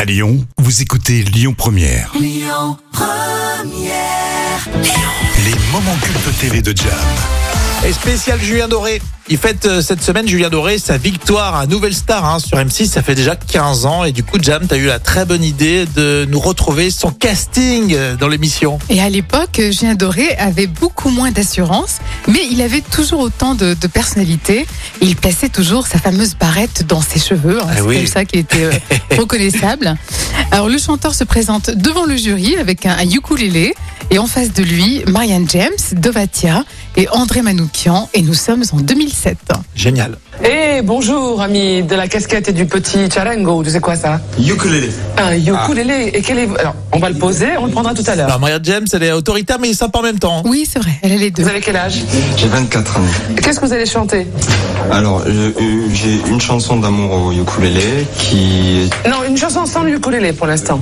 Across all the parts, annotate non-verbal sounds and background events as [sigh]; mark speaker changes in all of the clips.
Speaker 1: À Lyon, vous écoutez Lyon Première. Les moments cultes TV de Jam.
Speaker 2: Et spécial Julien Doré. Il fête euh, cette semaine, Julien Doré, sa victoire à Nouvelle Star hein, sur M6. Ça fait déjà 15 ans. Et du coup, Jam, t'as eu la très bonne idée de nous retrouver son casting euh, dans l'émission.
Speaker 3: Et à l'époque, Julien Doré avait beaucoup moins d'assurance, mais il avait toujours autant de, de personnalité. Et il plaçait toujours sa fameuse barrette dans ses cheveux. hein.
Speaker 2: Ah
Speaker 3: C'est
Speaker 2: oui.
Speaker 3: comme ça qu'il
Speaker 2: [laughs]
Speaker 3: était euh, reconnaissable. Alors, le chanteur se présente devant le jury avec un, un ukulélé. Et en face de lui, Marianne James, Dovatia et André Manoukian. Et nous sommes en 2007.
Speaker 2: Génial.
Speaker 4: Eh bonjour amis de la casquette et du petit charango, tu sais quoi ça
Speaker 5: Ukulélé.
Speaker 6: Ah.
Speaker 4: Un ukulélé et quel est Alors, on va le poser, on le prendra tout à l'heure.
Speaker 2: Alors, Maria James, elle est autoritaire, mais sympa en même temps. hein.
Speaker 3: Oui, c'est vrai, elle a les deux.
Speaker 4: Vous avez quel âge
Speaker 5: J'ai 24 ans.
Speaker 4: Qu'est-ce que vous allez chanter
Speaker 5: Alors, je- euh, j'ai une chanson d'amour au ukulélé qui...
Speaker 4: Non, une chanson sans le ukulélé pour l'instant.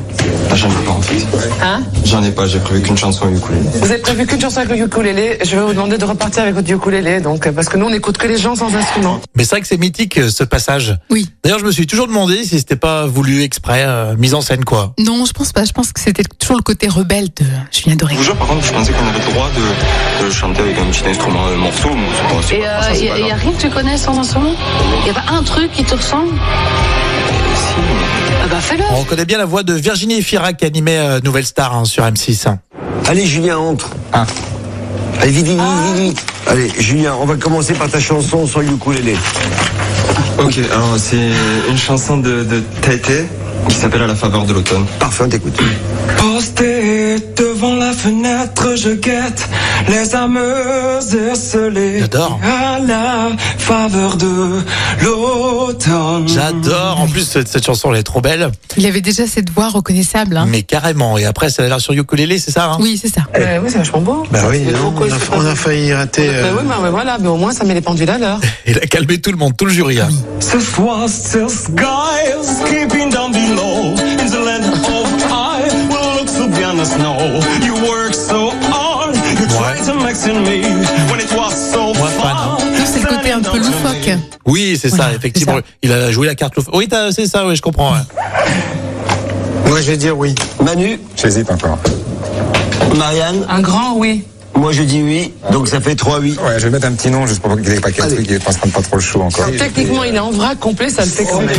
Speaker 5: Ah, J'en ai pas en fait.
Speaker 4: Hein
Speaker 5: J'en ai pas, j'ai prévu qu'une chanson au ukulélé.
Speaker 4: Vous avez prévu qu'une chanson avec le ukulélé, je vais vous demander de repartir avec votre ukulélé donc euh, parce que nous on n'écoute que les gens sans instrument.
Speaker 2: Mais c'est vrai que c'est mythique, euh, ce passage.
Speaker 3: Oui.
Speaker 2: D'ailleurs, je me suis toujours demandé si c'était pas voulu exprès, euh, mise en scène, quoi.
Speaker 3: Non, je pense pas. Je pense que c'était toujours le côté rebelle de Julien Doré.
Speaker 5: Je vous jure, par contre, je pensais qu'on avait le droit de, de chanter avec un petit instrument, un morceau. mais c'est pas- c'est
Speaker 7: Et
Speaker 5: pas- franchement, Ah, c'est pas
Speaker 7: il n'y a
Speaker 5: grave.
Speaker 7: rien que tu hein, connais sans instrument Il n'y a pas un truc qui te ressemble
Speaker 5: Si, mais-
Speaker 7: Ah bah fais-le
Speaker 2: On reconnaît bien la voix de Virginie Fira qui animait euh, Nouvelle Star hein, sur M6. hein.
Speaker 8: Allez, Julien, entre.
Speaker 6: Ah.
Speaker 8: Allez, vite, vite, vite, vite, vite. Allez, Julien, on va commencer par ta chanson sur le ukulélé.
Speaker 5: Ok, alors c'est une chanson de, de Taïté qui s'appelle À la faveur de l'automne.
Speaker 8: Parfait, on t'écoute.
Speaker 9: Posté devant la fenêtre, je guette les âmes esselées.
Speaker 2: J'adore.
Speaker 9: À la faveur de l'automne.
Speaker 2: J'adore. En plus, cette cette chanson, elle est trop belle.
Speaker 3: Il avait déjà cette voix reconnaissable. hein.
Speaker 2: Mais carrément. Et après, c'est la version ukulélé, c'est ça hein
Speaker 3: Oui, c'est ça.
Speaker 4: Euh, oui, c'est vachement beau.
Speaker 6: Bah oui,
Speaker 4: Mais
Speaker 6: non,
Speaker 4: pourquoi
Speaker 6: on, a,
Speaker 4: je sais pas
Speaker 6: on a
Speaker 4: si-
Speaker 6: failli rater.
Speaker 4: Bah
Speaker 6: euh,
Speaker 4: oui, bah, voilà, mais au moins ça met les pendules
Speaker 6: [laughs]
Speaker 4: à l'heure.
Speaker 2: Il a calmé tout le monde, tout le jury. hein.
Speaker 9: Ce was the skies keeping down below. In the land of I will look so beyond the snow. You work so hard, you try to mix in me. When it was so
Speaker 2: Moi, fan, hein.
Speaker 9: far,
Speaker 3: Ça, C'est le côté un peu
Speaker 9: standing down to
Speaker 3: loufoque.
Speaker 9: me.
Speaker 2: Oui, c'est
Speaker 3: Voilà,
Speaker 2: ça, effectivement.
Speaker 3: c'est ça.
Speaker 2: Il a joué la carte loufoque. Oui, t'as- c'est ça, oui, je comprends. ouais.
Speaker 8: Moi, je vais dire oui. Manu
Speaker 6: J'hésite encore.
Speaker 8: Marianne
Speaker 4: Un grand oui.
Speaker 8: Moi, je dis oui. Donc, ça fait 3 oui.
Speaker 6: Ouais, je vais mettre un petit nom juste pour qu'il n'y ait pas quelque
Speaker 8: Allez.
Speaker 6: truc qui ne pas trop le chaud encore.
Speaker 4: Techniquement, il est en vrac complet, ça le fait quand même.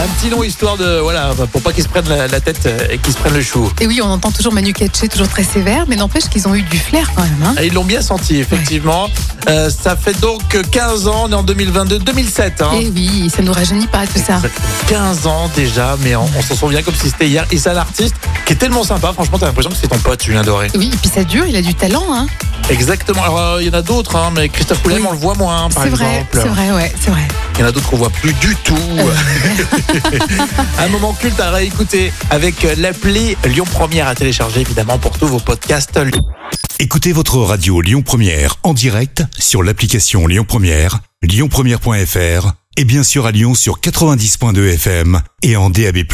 Speaker 2: Un petit nom histoire de. Voilà, pour pas qu'ils se prennent la, la tête euh, et qu'ils se prennent le chou.
Speaker 3: Et oui, on entend toujours Manu Katché, toujours très sévère, mais n'empêche qu'ils ont eu du flair quand même. hein.
Speaker 2: Et Ah, Ils l'ont bien senti, effectivement. Euh, ça fait donc 15 ans, on est en 2022, 2007. Hein.
Speaker 3: Et ah. oui, ça nous rajeunit pas tout ça.
Speaker 2: Ça fait 15 ans déjà, mais on, on s'en souvient comme si c'était hier. Et c'est un artiste qui est tellement sympa, franchement, t'as l'impression que c'est ton pote, Julien Doré.
Speaker 3: Oui, et puis ça dure, il a du talent. Hein.
Speaker 2: Exactement. Alors, euh, il y en a d'autres, hein, mais Christophe Poulem,
Speaker 3: Oui.
Speaker 2: on le voit moins, hein, par
Speaker 3: C'est
Speaker 2: exemple.
Speaker 3: vrai, c'est vrai, ouais, c'est vrai.
Speaker 2: Il y en a d'autres qu'on voit plus du tout. Un moment culte à réécouter avec l'appli Lyon Première à télécharger évidemment pour tous vos podcasts.
Speaker 1: Écoutez votre radio Lyon Première en direct sur l'application Lyon Première, lyonpremière.fr et bien sûr à Lyon sur 90.2 FM et en DAB+.